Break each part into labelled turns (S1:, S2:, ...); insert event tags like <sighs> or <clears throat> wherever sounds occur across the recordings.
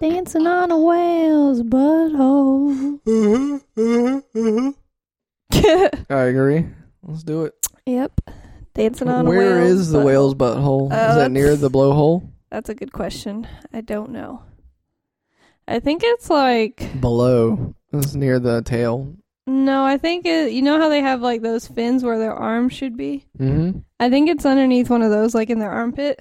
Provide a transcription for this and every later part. S1: Dancing on a whale's butthole.
S2: Uh-huh, uh-huh, uh-huh. I agree. Let's do it.
S1: yep. Dancing on a
S2: Where
S1: whale's
S2: is the
S1: butthole.
S2: whale's butthole?
S1: Oh,
S2: is that
S1: that's-
S2: near the blowhole?
S1: That's a good question. I don't know. I think it's like
S2: Below. It's near the tail.
S1: no. I think it. You know how they have like those fins where their arms should be.
S2: Mm-hmm.
S1: I think it's underneath one of those, like in their armpit.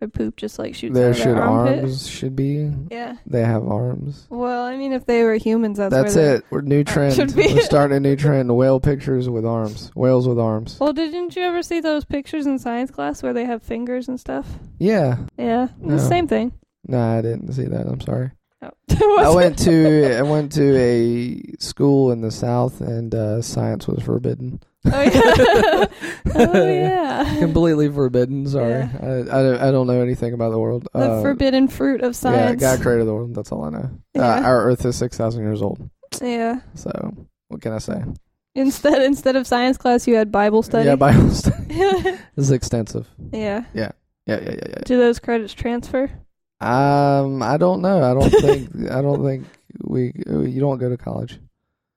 S1: Their poop just like shoots
S2: There
S1: out of
S2: should
S1: their armpit.
S2: arms should be.
S1: Yeah.
S2: They have arms.
S1: Well, I mean, if they were humans, that's,
S2: That's,
S1: where they-
S2: it. We're new trend.
S1: should be.
S2: We're starting a new trend. Whale pictures with arms. Whales with arms.
S1: Well, didn't you ever see those pictures in science class where they have fingers and stuff?
S2: Yeah.
S1: Yeah,
S2: No.
S1: the same thing. <laughs>
S2: Nah, I didn't see that. I'm sorry.
S1: Oh.
S2: I
S1: Was
S2: went
S1: it?
S2: to I went to a school in the South, and uh, science was forbidden.
S1: Oh
S2: <laughs>
S1: yeah. oh yeah.
S2: Completely forbidden. Sorry,
S1: Yeah.
S2: I, I don't- I don't know anything about the world.
S1: The
S2: Uh,
S1: forbidden fruit of
S2: Yeah,
S1: science.
S2: God created the world. That's all I know. Uh,
S1: Yeah.
S2: our Earth is six thousand years old.
S1: yeah.
S2: So what can I say?
S1: Instead, instead of science class, you had Bible study.
S2: Yeah, Bible <laughs> study
S1: <laughs> Yeah.
S2: is extensive. Yeah, yeah, yeah, yeah.
S1: Do those credits transfer?
S2: Um, I don't know. I don't
S1: <laughs>
S2: think I don't think we you don't go to college.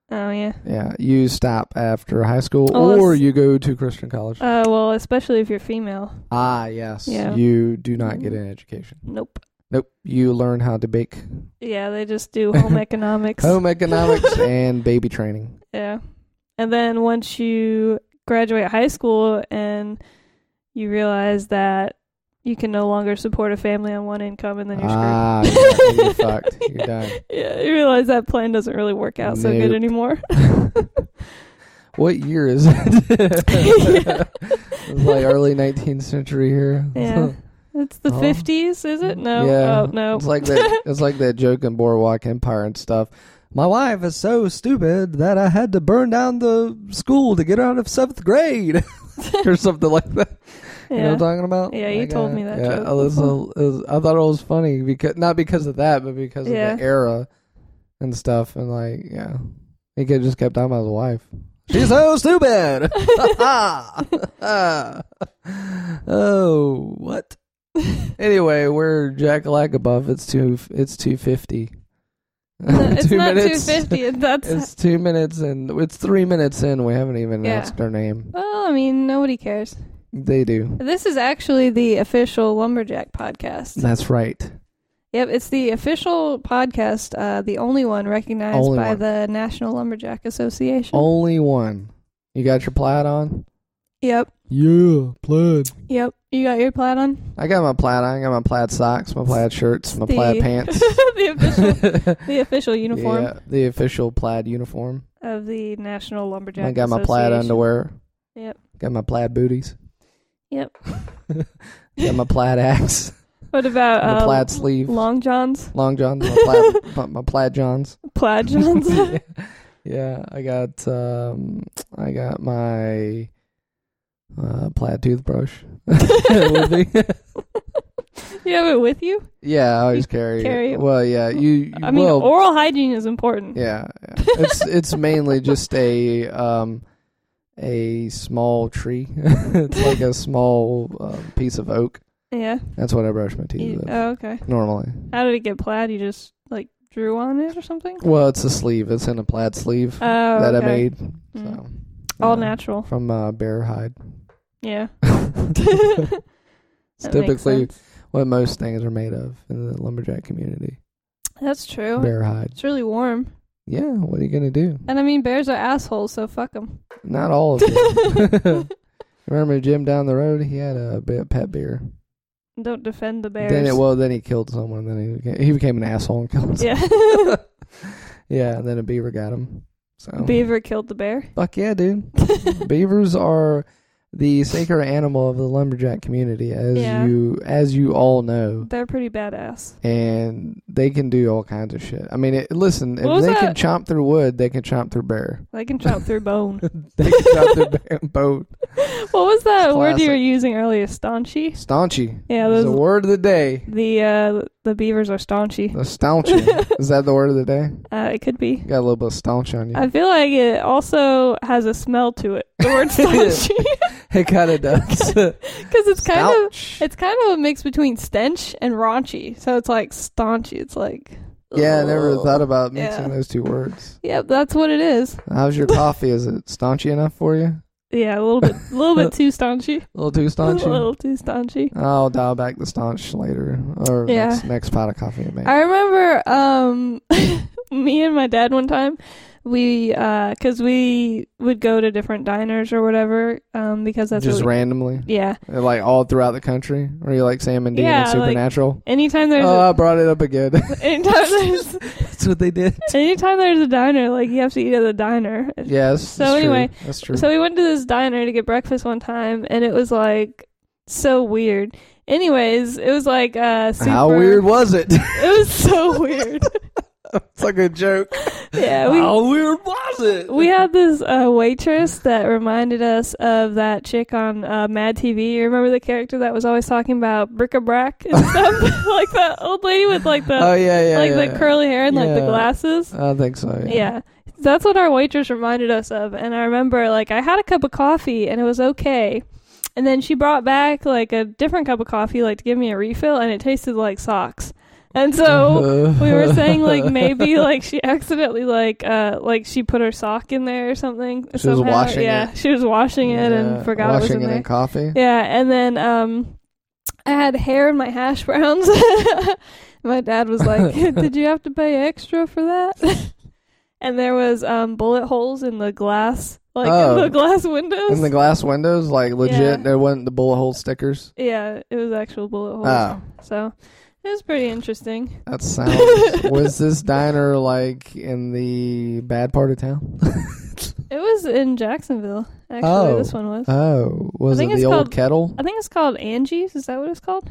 S1: Oh yeah.
S2: Yeah, you stop after high school,
S1: Unless-
S2: or you go to Christian college.
S1: Uh, well, especially if you're female.
S2: Ah, yes.
S1: Yeah.
S2: You do not get an education.
S1: Nope.
S2: Nope. You learn how to bake
S1: Yeah, they just do
S2: <laughs>
S1: home economics.
S2: home
S1: <laughs>
S2: economics and baby training.
S1: Yeah. And then once you graduate high school and you realize that you can no longer support a family on one income and then you're <laughs>
S2: Ah,
S1: screwed.
S2: yeah, you're fucked. You're done.
S1: <laughs> Yeah, you realize that plan doesn't really work out so
S2: Nope.
S1: good anymore. <laughs>
S2: <laughs> What year is it? <laughs>
S1: Yeah.
S2: It's like early 19th century here. <laughs>
S1: Yeah. It's the
S2: Oh.
S1: 50s, is it? No.
S2: Yeah.
S1: Oh, no.
S2: It's like that. It's like that joke in Boardwalk Empire and stuff. My wife is so stupid that I had to burn down the school to get her out of seventh grade, <laughs> or something like that.
S1: yeah.
S2: You know what I'm talking about? uh,
S1: Yeah, you told me that
S2: Yeah,
S1: joke
S2: I was-
S1: before.
S2: it was- I thought it was funny because not because of that, but because
S1: Yeah.
S2: of the era and stuff, and like, yeah, he could just kept talking about his wife. She's so stupid. <laughs> oh, what? anyway, we're Jack Lackabuff. It's two. It's
S1: <laughs>
S2: two fifty. <laughs>
S1: No, <laughs> it's not 250. That's
S2: It's two minutes and it's three minutes in. We haven't even
S1: Yeah.
S2: announced our name.
S1: <laughs> Well, I mean, nobody cares.
S2: They do.
S1: This is actually the official Lumberjack podcast.
S2: That's right.
S1: Yep, it's the official podcast, uh, the only one recognized
S2: Only
S1: by
S2: one.
S1: the National Lumberjack Association.
S2: Only one. You got your plaid on?
S1: Yep,
S2: Yeah, plaid.
S1: yep. You got your plaid on?
S2: I got my plaid on. I got my plaid socks, my plaid shirts, my plaid
S1: The- <laughs>
S2: pants.
S1: the
S2: <laughs>
S1: official, the official uniform
S2: Yeah, the official plaid uniform.
S1: of the National Lumberjack.
S2: I got my plaid
S1: Association.
S2: underwear.
S1: Yep.
S2: Got my plaid booties.
S1: Yep.
S2: <laughs> Got my plaid axe.
S1: What about
S2: My
S1: uh,
S2: plaid sleeve.
S1: long johns,
S2: Long johns. My
S1: <laughs>
S2: plaid, my plaid johns. <laughs>
S1: plaid johns? <laughs>
S2: yeah. I got um, I got my uh, plaid
S1: <laughs>
S2: toothbrush. <laughs> With me. <laughs>
S1: you have it with you.
S2: Yeah, I always carry.
S1: carry
S2: it.
S1: it.
S2: Well, yeah, you. you
S1: I mean,
S2: will.
S1: oral hygiene is important.
S2: yeah, yeah. it's it's mainly just a um a small tree. <laughs> it's like a small um, piece of oak.
S1: Yeah.
S2: That's what I brush my teeth
S1: You-
S2: with
S1: oh, okay.
S2: normally.
S1: How did it get plaid? You just like drew on it or something?
S2: Well, it's a sleeve. It's in a plaid sleeve
S1: Oh,
S2: that I
S1: okay.
S2: made.
S1: Mm.
S2: So
S1: All
S2: yeah,
S1: natural.
S2: from uh,
S1: <laughs>
S2: bear hide. <laughs>
S1: Yeah. <laughs>
S2: it's
S1: That makes
S2: typically
S1: sense.
S2: what most things are made of in the lumberjack community.
S1: That's true.
S2: Bear hide.
S1: It's really warm.
S2: Yeah, what are you gonna do?
S1: And I mean, bears are assholes, so fuck
S2: <laughs>
S1: them.
S2: Not all of
S1: <laughs>
S2: them. <laughs> Remember Jim down the road? He had a be- pet bear.
S1: Don't defend the bears.
S2: Then it well, then he killed someone. Then he became, he became an asshole and killed. Yeah.
S1: Yeah.
S2: <laughs>
S1: <laughs>
S2: yeah, and then a beaver got him. So
S1: Beaver killed the
S2: <laughs>
S1: bear.
S2: fuck
S1: <laughs>
S2: yeah, dude. Beavers are the sacred animal of the lumberjack community, as
S1: Yeah.
S2: you as you all know,
S1: They're pretty badass.
S2: and they can do all kinds of shit. I mean, it, listen,
S1: What
S2: if
S1: was
S2: they can
S1: that? <laughs>
S2: chomp through wood, they can chomp through bear. <laughs>
S1: They can chop through bone.
S2: they can chomp through bear boat.
S1: What was that
S2: It's
S1: word you were
S2: classic.
S1: using earlier? Staunchy.
S2: Staunchy.
S1: Yeah,
S2: is the
S1: those-
S2: word of the day.
S1: The uh, the beavers are staunchy. <laughs>
S2: The staunchy. is that the word of the day?
S1: Uh, it could be.
S2: You got a little bit of staunch on you.
S1: I feel like it also has a smell to it. The
S2: <laughs>
S1: word staunchy,
S2: it kind
S1: <laughs>
S2: of does.
S1: because it's kind of
S2: Staunch.
S1: it's kind of a mix between stench and raunchy. So it's like staunchy. It's like
S2: yeah, I never
S1: ugh.
S2: thought about mixing
S1: Oh. Yeah.
S2: those two words.
S1: Yeah, that's what it is.
S2: How's your coffee? Is it staunchy enough for you?
S1: Yeah, a little bit, a little
S2: <laughs>
S1: bit too staunchy.
S2: A little too
S1: A
S2: staunchy?
S1: little too staunchy.
S2: I'll dial back the staunch later or
S1: Yeah.
S2: next, next pot of coffee, maybe.
S1: I remember um, <laughs> me and my dad one time, we, because we would go to different diners or whatever, um, because that's
S2: Just
S1: what we-
S2: randomly,
S1: yeah.
S2: like all throughout the country. Or you like Sam and Dean
S1: Yeah,
S2: and
S1: like-
S2: Supernatural?
S1: Anytime there's,
S2: oh, I brought it up again.
S1: a, <laughs> anytime there's,
S2: That's what they did.
S1: anytime there's a diner, like you have to eat at the diner.
S2: Yes.
S1: So
S2: that's
S1: anyway,
S2: true. that's true.
S1: So we went to this diner to get breakfast one time, and it was like so weird. Anyways, it was like uh, super,
S2: How weird was it?
S1: <laughs>
S2: <laughs>
S1: It was so weird.
S2: it's like a joke.
S1: yeah, we
S2: How weird was it?
S1: we had this uh, waitress that reminded us of that chick on uh, Mad TV. You remember the character that was always talking about bric-a-brac
S2: <laughs>
S1: and stuff, <laughs> like that old lady with like the
S2: oh yeah, yeah,
S1: like
S2: yeah.
S1: the curly hair and like the
S2: Yeah.
S1: glasses.
S2: I think so. Yeah.
S1: Yeah. That's what our waitress reminded us of. And I remember, like, I had a cup of coffee and it was okay. And then she brought back, like, a different cup of coffee, like, to give me a refill, and it tasted like socks. And
S2: <laughs>
S1: so we were saying, like, maybe, like, she accidentally, like, uh, like she put her sock in there or something.
S2: She was
S1: somehow.
S2: washing
S1: Yeah.
S2: it.
S1: She was washing it
S2: Yeah,
S1: and forgot
S2: washing
S1: it was in there.
S2: in coffee.
S1: Yeah, and then um, I had hair in my hash browns. <laughs> my dad was like,
S2: <laughs>
S1: "Did you have to pay extra for that?" <laughs> and there was um bullet holes in the glass, like
S2: Oh.
S1: in the glass windows.
S2: In the glass windows, like legit,
S1: Yeah.
S2: there wasn't the bullet hole stickers.
S1: yeah, it was actual bullet holes.
S2: Oh,
S1: So it was pretty interesting. <laughs>
S2: that sounds. was this diner like in the bad part of town?
S1: It was in Jacksonville, actually.
S2: Oh. Uh-huh.
S1: This one was.
S2: Oh, was
S1: I think
S2: it the
S1: it's
S2: old
S1: called-
S2: kettle?
S1: I think it's called Angie's. Is that what it's called?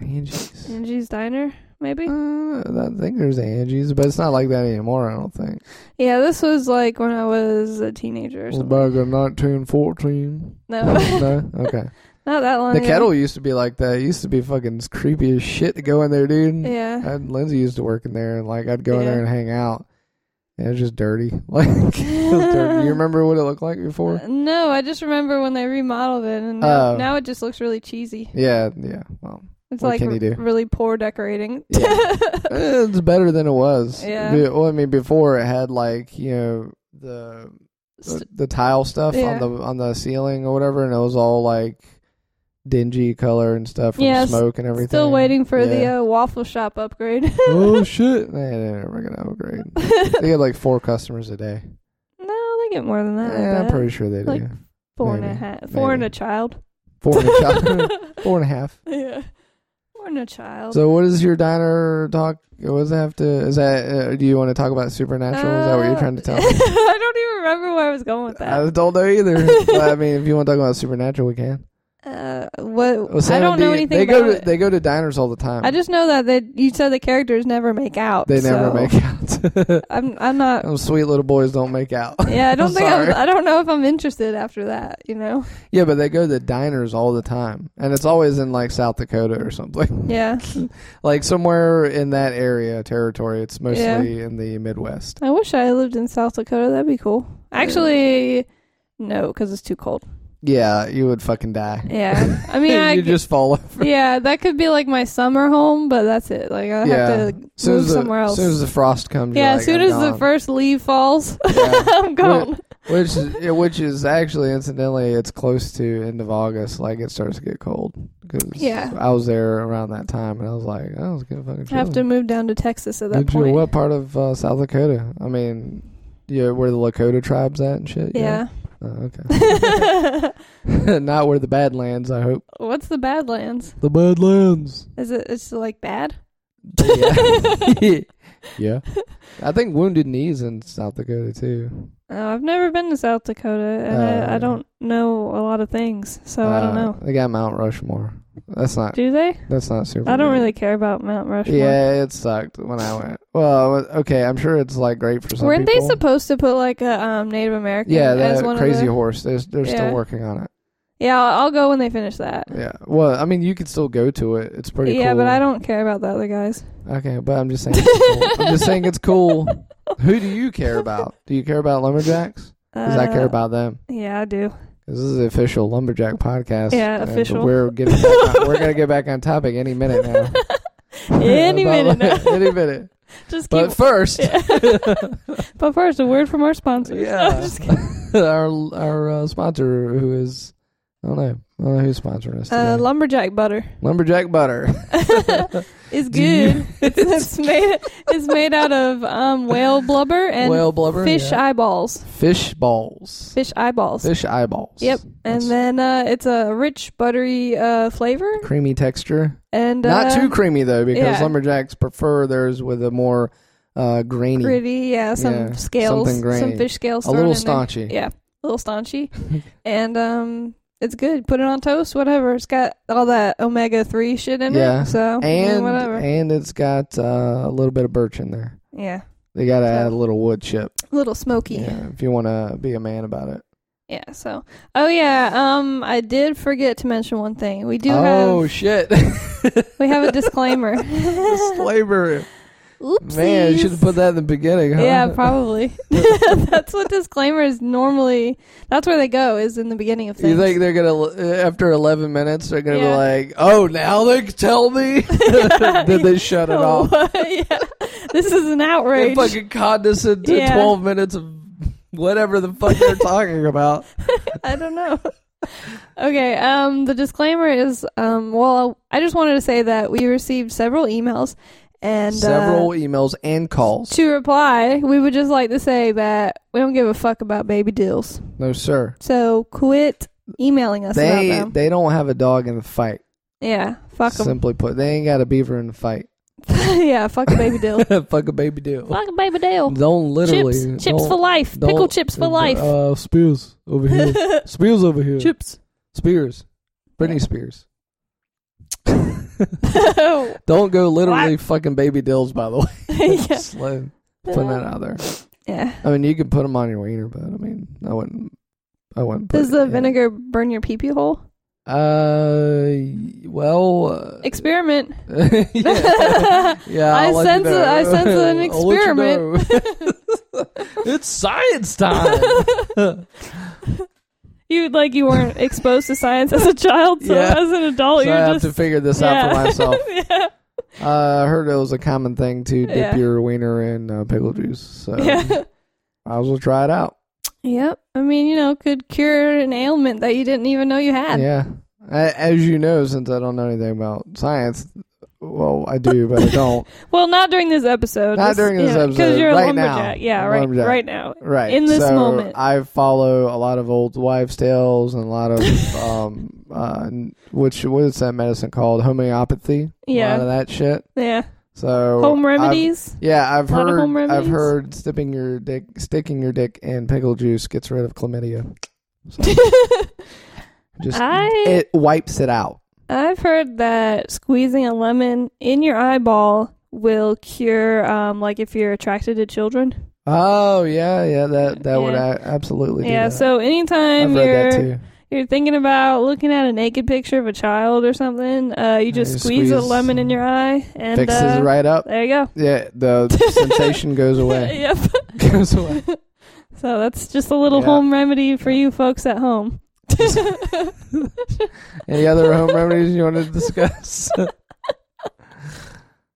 S2: Angie's.
S1: Angie's Diner, maybe.
S2: Uh, I think there's Angie's, but it's not like that anymore. I don't think.
S1: Yeah, this was like when I was a teenager or
S2: It was
S1: something.
S2: back in 1914.
S1: No, Oh,
S2: no,
S1: <laughs>
S2: okay.
S1: not that long.
S2: The
S1: ago.
S2: kettle used to be like that. It used to be fucking creepy as shit to go in there, dude.
S1: Yeah.
S2: I, Lindsay used to work in there, and like I'd go in
S1: Yeah.
S2: there and hang out. And it was just dirty. <laughs> Like it was dirty.
S1: <laughs>
S2: You remember what it looked like before?
S1: Uh, No, I just remember when they remodeled it, and now,
S2: Oh.
S1: now it just looks really cheesy.
S2: Yeah, yeah. Well,
S1: It's
S2: What
S1: like
S2: can you do?
S1: r- really poor decorating. <laughs>
S2: Yeah. eh, it's better than it was.
S1: Yeah.
S2: Be- well, I mean, before it had like you know the
S1: S-
S2: the tile stuff
S1: Yeah.
S2: on the on the ceiling or whatever, and it was all like dingy color and stuff from
S1: Yeah, s-
S2: smoke and everything.
S1: Still waiting for
S2: Yeah.
S1: the uh, waffle shop upgrade.
S2: <laughs>
S1: <laughs>
S2: oh shit! Nah, They never gonna upgrade. they get like four customers a day.
S1: no, they get more than that. I
S2: Eh, I'm
S1: bet.
S2: pretty sure they do.
S1: Uh, Like- Four and a
S2: maybe,
S1: half, four and
S2: maybe.
S1: a child.
S2: Four and
S1: <laughs>
S2: a child. <laughs> Four and a half.
S1: yeah, four and a child.
S2: So, what is your diner talk? What does it have to? Is that? Uh, do you want to talk about supernatural? is that what you're
S1: Uh,
S2: trying to tell me?
S1: <laughs> I don't even remember where I was going with
S2: <laughs> I
S1: that.
S2: don't know either. But, I mean, if you want to talk about supernatural, we can.
S1: Uh, what?
S2: Well, Sam
S1: I
S2: and
S1: don't know
S2: Dean,
S1: anything
S2: They
S1: about
S2: go to
S1: it.
S2: they go to diners all the time.
S1: I just know that they, you said the characters never make out.
S2: Um, they never
S1: so
S2: make out.
S1: <laughs>
S2: <laughs>
S1: I'm I'm not
S2: Those sweet little boys don't make out. <laughs>
S1: Yeah, I don't think
S2: Oh, Sorry.
S1: I'm, I don't know if I'm interested after that. You know.
S2: Yeah, but they go to diners all the time, and it's always in like South Dakota or something. <laughs>
S1: Yeah,
S2: like somewhere in that area territory. It's mostly in the Midwest.
S1: I wish I lived in South Dakota. That'd be cool. Actually, no, because it's too cold.
S2: Yeah, you would fucking die. <laughs>
S1: Yeah, I mean, I
S2: you just fall over.
S1: yeah, that could be like my summer home, but that's it. Like I
S2: Yeah.
S1: have to move
S2: the,
S1: somewhere else.
S2: soon as the frost comes. you're
S1: yeah,
S2: like,
S1: as soon
S2: "I'm
S1: as the
S2: gone."
S1: first leaf falls,
S2: Yeah.
S1: <laughs> I'm gone.
S2: which is, yeah, which is actually incidentally, it's close to end of August. Like it starts to get cold. 'Cause
S1: Yeah.
S2: I was there around that time, and I was like, oh, it's gonna fucking.
S1: I have to
S2: chill."
S1: move down to Texas at that
S2: Did you-
S1: point.
S2: what part of uh, South Dakota? I mean, yeah, where the Lakota tribes at and shit.
S1: yeah.
S2: Oh, okay. <laughs> Not where the Badlands. I hope
S1: <laughs> What's the Badlands?
S2: the
S1: <laughs>
S2: Badlands.
S1: Is it? It's like bad.
S2: Yeah. <laughs> yeah. I think Wounded Knees in South Dakota too.
S1: Oh, I've never been to South Dakota, and
S2: Oh.
S1: I, I don't know a lot of things, so Oh, I
S2: Uh,
S1: don't know.
S2: They got Mount Rushmore. That's not.
S1: Do they?
S2: That's not super.
S1: I don't
S2: good.
S1: really care about Mount Rushmore.
S2: Yeah, it sucked when I went. Well, uh, okay, I'm sure it's like great for some
S1: Weren't
S2: people.
S1: they supposed to put like a um, Native American
S2: Yeah,
S1: as
S2: that
S1: one
S2: crazy
S1: of
S2: horse. They're, they're
S1: Yeah.
S2: still working on it.
S1: Yeah, I'll, I'll go when they finish that.
S2: Yeah. Well, I mean, you could still go to it. It's pretty
S1: yeah,
S2: cool.
S1: but I don't care about the other guys.
S2: Okay, but I'm just saying. It's cool. I'm just saying
S1: <laughs>
S2: it's cool. Who do you care about? Do you care about lumberjacks? Because I care
S1: Uh,
S2: about them.
S1: Yeah, I do.
S2: 'Cause this is the official lumberjack podcast.
S1: Yeah,
S2: and
S1: official.
S2: We're getting back on, we're gonna get back on topic any minute now.
S1: <laughs>
S2: <laughs>
S1: Any minute now.
S2: any minute.
S1: <laughs> Just keep.
S2: But first, <laughs>
S1: <laughs> but first, a word from our sponsors. <laughs> Uh,
S2: Yeah.
S1: I'm just kidding.
S2: our our uh, sponsor who is I don't know I don't know who's sponsoring us.
S1: Uh,
S2: today.
S1: lumberjack butter
S2: lumberjack butter.
S1: is
S2: Do you- <laughs>
S1: good. it's, it's made it's made out of um, whale blubber <laughs> and
S2: <laughs> Whale blubber.
S1: fish
S2: yeah.
S1: eyeballs.
S2: fish balls.
S1: Fish eyeballs.
S2: Fish eyeballs.
S1: Yep. and
S2: That's-
S1: then uh, it's a rich buttery uh, flavor
S2: creamy texture.
S1: and
S2: Not
S1: uh,
S2: too creamy though, because
S1: yeah.
S2: lumberjacks prefer theirs with a more uh, grainy,
S1: gritty. Yeah, some
S2: Yeah,
S1: scales,
S2: something grainy.
S1: some fish scales.
S2: a
S1: thrown
S2: little
S1: in there.
S2: staunchy.
S1: Yeah, a little
S2: <laughs>
S1: staunchy, and um, it's good. Put it on toast, whatever. It's got all that omega three shit in
S2: Yeah.
S1: it. So
S2: And
S1: whatever.
S2: and it's got uh, a little bit of birch in there.
S1: yeah,
S2: They got to
S1: So-
S2: add a little wood chip.
S1: a little smoky. Yeah.
S2: Yeah, if you want to be a man about it.
S1: So, oh yeah. Um, I did forget to mention one thing. We do
S2: oh
S1: have
S2: shit!
S1: <laughs>
S2: <laughs>
S1: we have a disclaimer.
S2: Disclaimer.
S1: Oopsies.
S2: Man, you should <laughs> have put that in the beginning. Huh?
S1: Yeah, probably. <laughs> that's what disclaimer is normally. That's where they go is in the beginning of things.
S2: You think they're gonna eh, after eleven minutes they're gonna
S1: Yeah.
S2: be like, oh, now they can tell
S1: <laughs>
S2: me? <laughs> Did they shut it off?
S1: yeah. This is
S2: <laughs>
S1: an
S2: They
S1: outrage.
S2: fucking condescend to
S1: Yeah.
S2: twelve minutes of whatever the fuck they're <laughs> talking about.
S1: I don't know. <laughs> okay, um the disclaimer is um well I just wanted to say that we received several emails and
S2: Several
S1: uh,
S2: emails and calls.
S1: to reply, we would just like to say that we don't give a fuck about baby deals.
S2: No sir.
S1: So quit emailing us
S2: They
S1: about them.
S2: they don't have a dog in the fight.
S1: Yeah, fuck them.
S2: Simply put, they ain't got a beaver in the fight.
S1: <laughs> yeah, fuck a
S2: <laughs>
S1: baby deal.
S2: fuck a baby deal.
S1: fuck a baby deal.
S2: Don't literally
S1: chips, chips
S2: don't-
S1: for life, pickle
S2: Don't-
S1: chips for life.
S2: Uh, Spears
S1: <laughs>
S2: over here. Spears over here.
S1: chips.
S2: Spears. Britney
S1: Yeah.
S2: Spears. <laughs> Don't go literally fucking baby dills, by the way.
S1: <laughs>
S2: <laughs>
S1: yeah.
S2: Just let- putting that out there.
S1: Yeah.
S2: I mean, you can put them on your wiener, but I mean, I wouldn't. I wouldn't. Put
S1: Does
S2: it
S1: the
S2: in.
S1: vinegar burn your pee pee hole?
S2: Uh, well. Uh,
S1: Experiment.
S2: <laughs> yeah, yeah.
S1: I
S2: I'll let you
S1: sense
S2: know.
S1: a- I sense an
S2: <laughs> I'll let you know. <laughs> it's
S1: <laughs>
S2: science time.
S1: <laughs> you like you weren't exposed to science as a child, so
S2: Yeah.
S1: as an
S2: so I
S1: adult you're
S2: have
S1: just
S2: to figure this out for
S1: Yeah. <laughs>
S2: myself.
S1: yeah.
S2: Uh, I heard it was a common thing to dip
S1: Yeah.
S2: your wiener in uh, pickle juice, so
S1: <laughs> yeah.
S2: I will try it out.
S1: Yep. I mean, you know, could cure an ailment that you didn't even know you had.
S2: yeah, A as you know, since I don't know anything about science, well, I do, but
S1: <laughs>
S2: I don't.
S1: Well, not during this episode.
S2: Not during this episode.
S1: Because you're
S2: Right
S1: a
S2: now.
S1: lumberjack. Yeah,
S2: I'm a
S1: right
S2: lumberjack.
S1: right now.
S2: Right
S1: In this
S2: so
S1: moment.
S2: I follow a lot of old wives' tales and a lot
S1: <laughs>
S2: of um, uh, n- which what is that medicine called? Homeopathy. a
S1: Yeah.
S2: lot of that shit.
S1: Yeah.
S2: So
S1: Home
S2: I've-
S1: remedies.
S2: yeah, I've
S1: A lot of
S2: heard.
S1: home
S2: I've
S1: remedies.
S2: heard sticking your dick, sticking your dick in pickle juice gets rid of chlamydia.
S1: <laughs>
S2: So, just
S1: I-
S2: it wipes it out.
S1: I've heard that squeezing a lemon in your eyeball will cure, um, like if you're attracted to children.
S2: Oh yeah, yeah. That that would
S1: Yeah.
S2: a- absolutely. Do
S1: yeah.
S2: that.
S1: So
S2: I've
S1: anytime
S2: read that
S1: you're
S2: too.
S1: you're thinking about looking at a naked picture of a child or something, uh, you just
S2: you
S1: squeeze, a
S2: squeeze
S1: lemon in your eye and
S2: Fixes
S1: uh,
S2: right up.
S1: There you go.
S2: Yeah,
S1: <laughs>
S2: the sensation goes away.
S1: yep.
S2: <laughs> goes away.
S1: So that's just a little
S2: Yeah.
S1: home remedy for you folks at
S2: <laughs>
S1: home.
S2: Any other home remedies you want to discuss? <laughs> the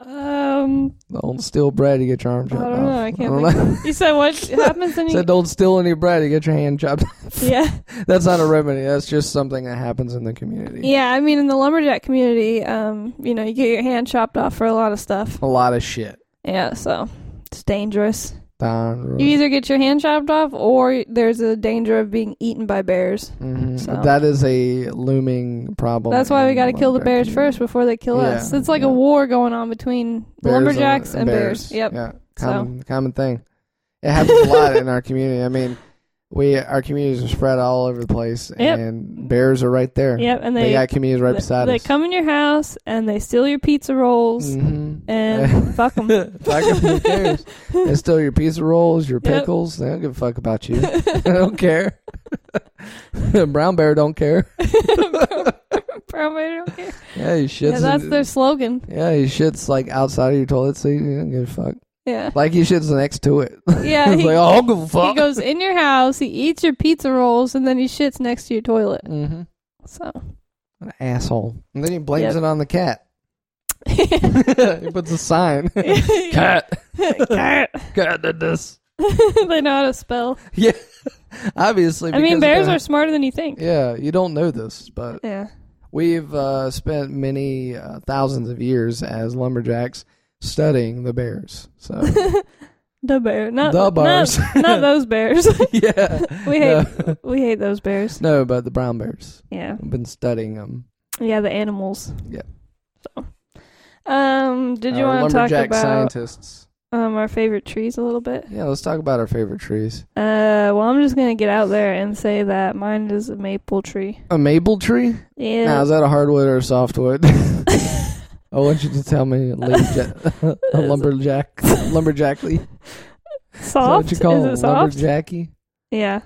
S1: Um,
S2: old steal bread, you get your arm
S1: I
S2: chopped
S1: don't know.
S2: off.
S1: I can't. think.
S2: know. <laughs>
S1: You said what happens when
S2: Said
S1: you?
S2: don't steal any bread, you get your hand chopped. <laughs>
S1: <laughs> Yeah.
S2: That's not a remedy. That's just something that happens in the community.
S1: Yeah, I mean, in the lumberjack community, um, you know, you get your hand chopped off for a lot of stuff.
S2: A lot of shit.
S1: Yeah, so it's dangerous.
S2: Down
S1: You either get your hand chopped off, or there's a danger of being eaten by bears.
S2: Mhm.
S1: So-
S2: That is a looming problem.
S1: That's why we
S2: in
S1: got to kill the bears
S2: lumberjack
S1: first before they kill
S2: Yeah,
S1: us. It's like
S2: yeah.
S1: a war going on between
S2: Bears
S1: lumberjacks and bears. Yep.
S2: Yeah.
S1: So-
S2: Common common thing. It happens a lot in our community. I mean, we our communities are spread all over the place,
S1: Yep.
S2: and bears are right there.
S1: Yep, and
S2: They,
S1: they
S2: got communities right
S1: they-
S2: beside
S1: they
S2: us.
S1: come in your house and they steal your pizza rolls
S2: Mhm. <laughs>
S1: and fuck 'em.
S2: Fuck 'em, who <laughs> cares? They steal your pizza rolls, your
S1: Yep. <laughs>
S2: pickles. They don't give a fuck about you. they don't care. <laughs> Brown bear
S1: <laughs>
S2: don't care.
S1: Brown bear don't care.
S2: Yeah, he shits.
S1: Yeah, that's their slogan.
S2: yeah, he shits like outside of your toilet seat. He don't give a fuck.
S1: Yeah.
S2: Like he shits next to it. <laughs>
S1: Yeah,
S2: It's
S1: he-
S2: like, oh, I don't give a fuck.
S1: He goes in your house, he eats your pizza rolls, and then he shits next to your toilet.
S2: hmm
S1: So <laughs>
S2: An asshole. And then he blames
S1: Yep.
S2: it on the cat. <laughs> he puts
S1: <laughs>
S2: a sign. <laughs> <laughs> cat.
S1: Cat. <laughs>
S2: Cat did this.
S1: they know how to spell.
S2: Yeah. Obviously.
S1: I mean,
S2: because
S1: bears
S2: the-
S1: are smarter than you think.
S2: Yeah, you don't know this, but
S1: Yeah.
S2: We've uh, spent many uh, thousands of years as lumberjacks studying the bears. So
S1: The bear, <laughs> not
S2: The
S1: not-
S2: bears.
S1: <laughs> not, those bears.
S2: <laughs>
S1: <laughs>
S2: yeah,
S1: We
S2: no,
S1: we hate those bears.
S2: <laughs> no, but the brown bears.
S1: Yeah,
S2: I've been studying them.
S1: yeah, the animals.
S2: Yeah.
S1: So, um, did you want to talk
S2: Uh, lumberjack
S1: about
S2: scientists?
S1: um our favorite trees a little bit?
S2: Yeah, let's talk about our favorite trees.
S1: Uh, well, I'm just gonna get out there and say that mine is a maple tree.
S2: A maple tree.
S1: Yeah. <laughs>
S2: Now is that a hardwood or a softwood? <laughs> I want you to
S1: <laughs>
S2: tell me, <laughs> lumberjack, lumberjack, <laughs> lumberjackly. Is that
S1: soft?
S2: what you call
S1: is
S2: it?
S1: it soft?
S2: lumberjacky? Uh,
S1: Yeah,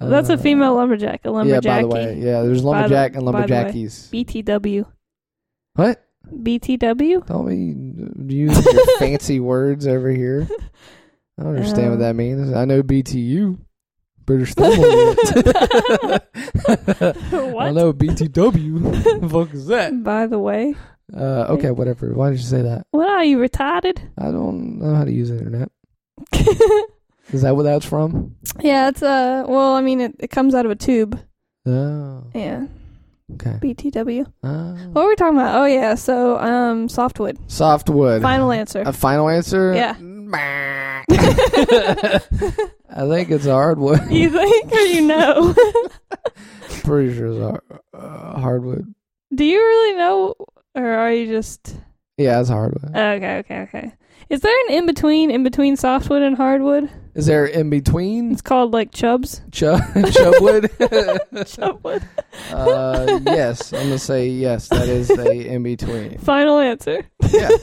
S1: that's a female lumberjack. A
S2: Yeah,
S1: lumberjacky.
S2: by the way, yeah, there's
S1: By the-
S2: lumberjack and
S1: by the way.
S2: lumberjackies.
S1: BTW.
S2: What? <laughs>
S1: BTW.
S2: Don't be use your
S1: <laughs>
S2: fancy words over here. I don't understand what
S1: Um,
S2: that means. I know BTU, British Thermal
S1: <laughs>
S2: <laughs> Unit. I
S1: What?
S2: know
S1: <laughs>
S2: BTW. the fuck is that?
S1: By the way,
S2: Uh, okay, whatever. Why did you say that?
S1: what are you retarded? <laughs>
S2: I don't know how to use the internet. Is that what that's from?
S1: yeah, it's uh well, I mean it, it comes out of a tube.
S2: Oh,
S1: Yeah.
S2: okay.
S1: BTW. What
S2: Oh.
S1: were we talking about? Oh yeah, so um softwood.
S2: Softwood.
S1: Final answer.
S2: <laughs> A final answer?
S1: Yeah.
S2: I think it's a
S1: <laughs> <laughs>
S2: hardwood. <laughs>
S1: you think or you know? <laughs>
S2: Pretty sure it's a uh, hardwood.
S1: Do you really know or are you just oh,
S2: Yeah, it's a hardwood.
S1: Okay, okay, okay. Is there an in between in between softwood and hardwood?
S2: Is there in between
S1: It's called like <laughs>
S2: <laughs>
S1: chubs.
S2: Ch- Chubwood?
S1: Chubwood.
S2: <laughs> uh,
S1: <laughs>
S2: yes, I'm gonna say yes. That is the in between.
S1: Final answer.
S2: Yeah. <laughs>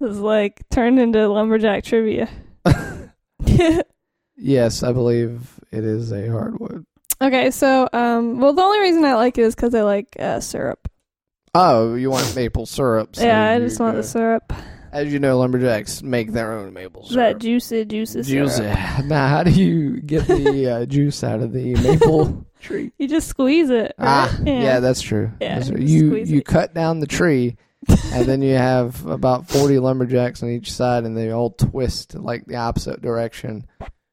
S1: This is like turned into lumberjack trivia. <laughs>
S2: Yes, I believe it is a hardwood.
S1: Okay, so um, well, the only reason I like it is because I like uh, syrup.
S2: Oh, you want maple syrup? so
S1: yeah, I
S2: you
S1: just want
S2: go-
S1: the syrup,
S2: As you know, lumberjacks make their own maple
S1: that
S2: syrup.
S1: juicy, juicy
S2: juice.
S1: syrup.
S2: <laughs> Now, how do you get
S1: <laughs>
S2: the uh, juice out of the maple tree?
S1: You just squeeze it. Right? <laughs>
S2: Ah, yeah. that's true.
S1: Yeah,
S2: That's true.
S1: just
S2: You
S1: squeeze
S2: you
S1: it.
S2: cut down the tree,
S1: <laughs>
S2: and then you have about forty lumberjacks on each side, and they all twist like the opposite direction,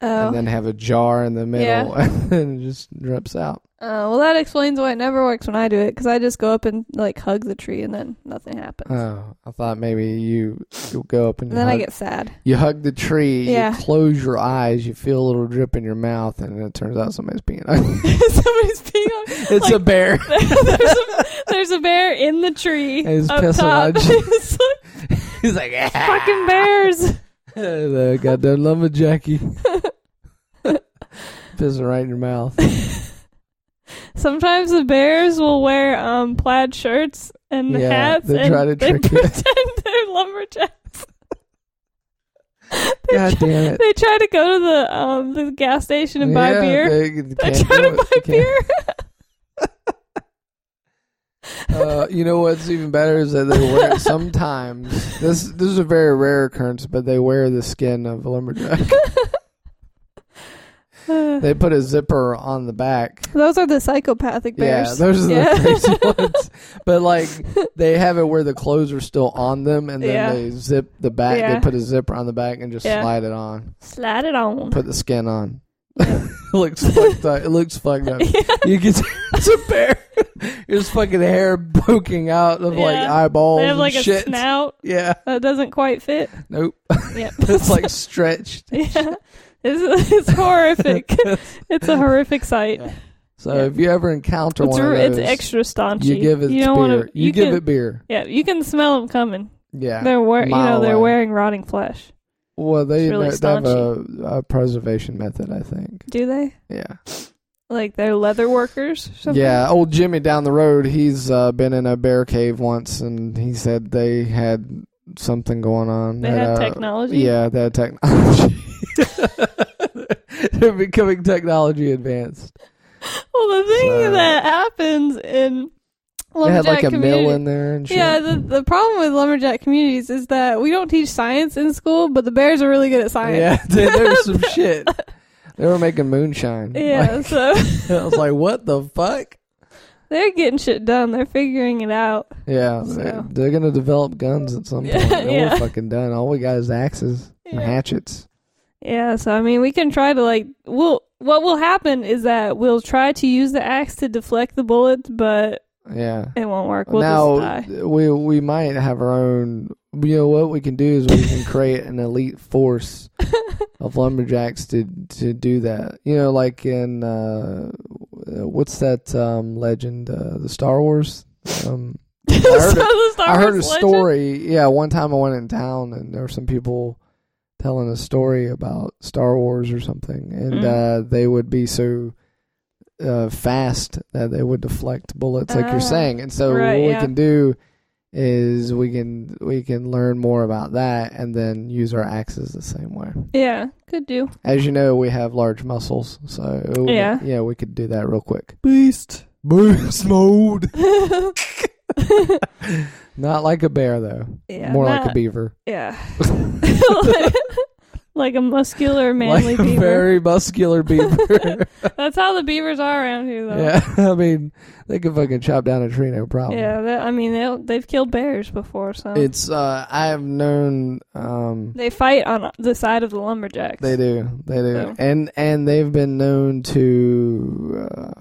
S1: Oh,
S2: and then have a jar in the middle, <laughs> and it just drips out.
S1: Uh, well, that explains why it never works when I do it because I just go up and like hug the tree and then nothing happens.
S2: Oh, I thought maybe you you go up and
S1: and then
S2: hug,
S1: I get sad. <laughs>
S2: you hug the tree,
S1: Yeah.
S2: you close your eyes, you feel a little drip in your mouth, and it turns out somebody's peeing. <laughs> on you.
S1: Somebody's peeing on.
S2: <laughs> it's
S1: like,
S2: a
S1: <laughs>
S2: bear.
S1: there's,
S2: <laughs>
S1: a, there's a bear in the tree.
S2: And he's
S1: up
S2: pissing
S1: top. <laughs>
S2: on you.
S1: It's like,
S2: He's like, ah. <laughs>
S1: fucking bears. <laughs>
S2: They got that lumberjacky. Pissing right in
S1: <laughs>
S2: your mouth.
S1: Sometimes the bears will wear um, plaid shirts and
S2: Yeah,
S1: hats,
S2: they
S1: and
S2: try to
S1: they
S2: trick you.
S1: pretend <laughs> they're lumberjacks. <laughs> they,
S2: <laughs> God
S1: try,
S2: damn it.
S1: they try to go to the um, the gas station and buy
S2: Yeah,
S1: beer.
S2: They, they
S1: They,
S2: can't
S1: try
S2: do
S1: to
S2: it.
S1: buy
S2: They can't.
S1: beer.
S2: <laughs> Uh, you know what's even better is that they wear sometimes. This this is a very rare occurrence, but they wear the skin of a lumberjack. they put a zipper on the back.
S1: <laughs> Those are the psychopathic bears.
S2: Yeah, those are
S1: Yeah.
S2: the
S1: <laughs>
S2: crazy <laughs> ones. But like they have it where the clothes are still on them, and then
S1: Yeah.
S2: they zip the back.
S1: Yeah.
S2: They put a zipper on the back and just
S1: Yeah.
S2: slide it on.
S1: Slide it on.
S2: Put the skin on. <laughs>
S1: <laughs>
S2: It <laughs> looks fucked up. It looks fucked up. You can see <laughs> it's a bear. There's fucking hair poking out of like
S1: Yeah.
S2: eyeballs
S1: They have like
S2: and
S1: a
S2: shit.
S1: snout <laughs>
S2: Yeah.
S1: that doesn't quite fit.
S2: Nope. <laughs>
S1: Yep.
S2: it's like stretched.
S1: <laughs> yeah. It's, it's horrific. it's a horrific sight.
S2: Yeah. <laughs> So
S1: Yeah.
S2: if you ever encounter
S1: It's,
S2: one
S1: r-
S2: of those,
S1: it's extra staunchy.
S2: you give it
S1: You
S2: beer.
S1: don't wanna-
S2: you,
S1: you
S2: give
S1: can-
S2: it beer.
S1: Yeah, you can smell them coming.
S2: Yeah.
S1: They're wear, you know,
S2: mile
S1: they're
S2: away.
S1: wearing rotting flesh.
S2: Well, they,
S1: It's really
S2: they have a, a preservation method, I think.
S1: Do they?
S2: Yeah.
S1: Like they're leather workers? Or something?
S2: Yeah. Old Jimmy down the road, he's uh, been in a bear cave once, and he said they had something going on.
S1: They
S2: that,
S1: had
S2: uh,
S1: technology.
S2: Yeah, they had technology. <laughs> They're becoming technology advanced.
S1: Well, the thing
S2: So-
S1: that happens in
S2: They
S1: lumberjack
S2: had like a
S1: community-
S2: mill in there and shit.
S1: Yeah, the the problem with lumberjack communities is that we don't teach science in school, but the bears are really good at science.
S2: Yeah, <laughs> dude, there was some shit. They were making moonshine.
S1: <laughs> Yeah,
S2: <laughs> Like,
S1: so <laughs>
S2: I was like, what the fuck?
S1: they're getting shit done. They're figuring it out.
S2: Yeah,
S1: So-
S2: they're, they're gonna develop guns at
S1: <laughs>
S2: some
S1: Yeah,
S2: point. and
S1: yeah.
S2: We're fucking done. All we got is axes and
S1: Yeah.
S2: hatchets.
S1: Yeah, so I mean, we can try to like we'll what will happen is that we'll try to use the axe to deflect the bullets, but
S2: Yeah.
S1: it won't work. We'll
S2: now
S1: just die.
S2: we we might have our own. You know what we can do is we can create an elite force
S1: <laughs>
S2: of lumberjacks to to do that. You know, like in uh, what's that um, legend? Uh, the Star Wars. Um,
S1: <laughs> So
S2: heard
S1: the Star
S2: I heard a
S1: Wars legend-
S2: story. Yeah, one time I went in town and there were some people telling a story about Star Wars or something, and
S1: Mm.
S2: uh, they would be so uh, fast that they would deflect bullets, like
S1: Ah,
S2: you're saying. And so
S1: right,
S2: what we
S1: yeah.
S2: can do is we can we can learn more about that and then use our axes the same way.
S1: Yeah, could do.
S2: <laughs> As you know, we have large muscles, so we-
S1: Yeah.
S2: yeah, we could do that real quick. Beast, beast mode. Not like a bear though.
S1: yeah,
S2: more
S1: not,
S2: like a beaver. <laughs>
S1: Yeah, <laughs> like a muscular, manly
S2: like a
S1: beaver.
S2: very
S1: <laughs>
S2: muscular beaver.
S1: That's how the beavers are around here, though.
S2: <laughs> yeah, I mean, they can fucking chop down a tree, no problem.
S1: yeah. That, I mean, they'll- they've killed bears before, so
S2: It's uh, I have known um,
S1: they fight on the side of the lumberjacks.
S2: they do, they do,
S1: So-
S2: and and they've been known to uh,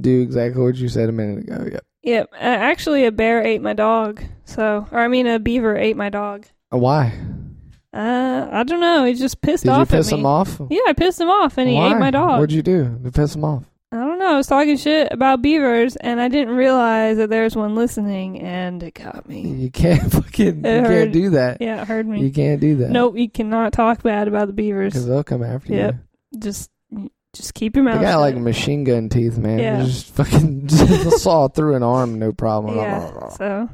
S2: do exactly what you said a minute ago. Yep.
S1: Yep. Uh, actually, a bear ate my dog. So, or I mean, a beaver ate my dog.
S2: Uh, Why
S1: Uh, I don't know. He just pissed
S2: did you
S1: off
S2: piss
S1: at me.
S2: him off?
S1: Yeah, I pissed him off, and he
S2: Why?
S1: ate my dog.
S2: What'd you do to piss him off?
S1: I don't know. I was talking shit about beavers, and I didn't realize that there was one listening, and it got me.
S2: You can't <laughs> fucking, you
S1: hurt.
S2: can't do that.
S1: Yeah, it heard me.
S2: You can't do that.
S1: Nope, you cannot talk bad about the
S2: because
S1: beavers.
S2: they'll come after
S1: Yep.
S2: you.
S1: Just, just keep your mouth.
S2: They got like "Mm,
S1: shut.
S2: machine gun teeth, man. They
S1: Oh, Yeah.
S2: Just fucking <laughs> just saw through an arm, no problem.
S1: yeah.
S2: mm."
S1: So,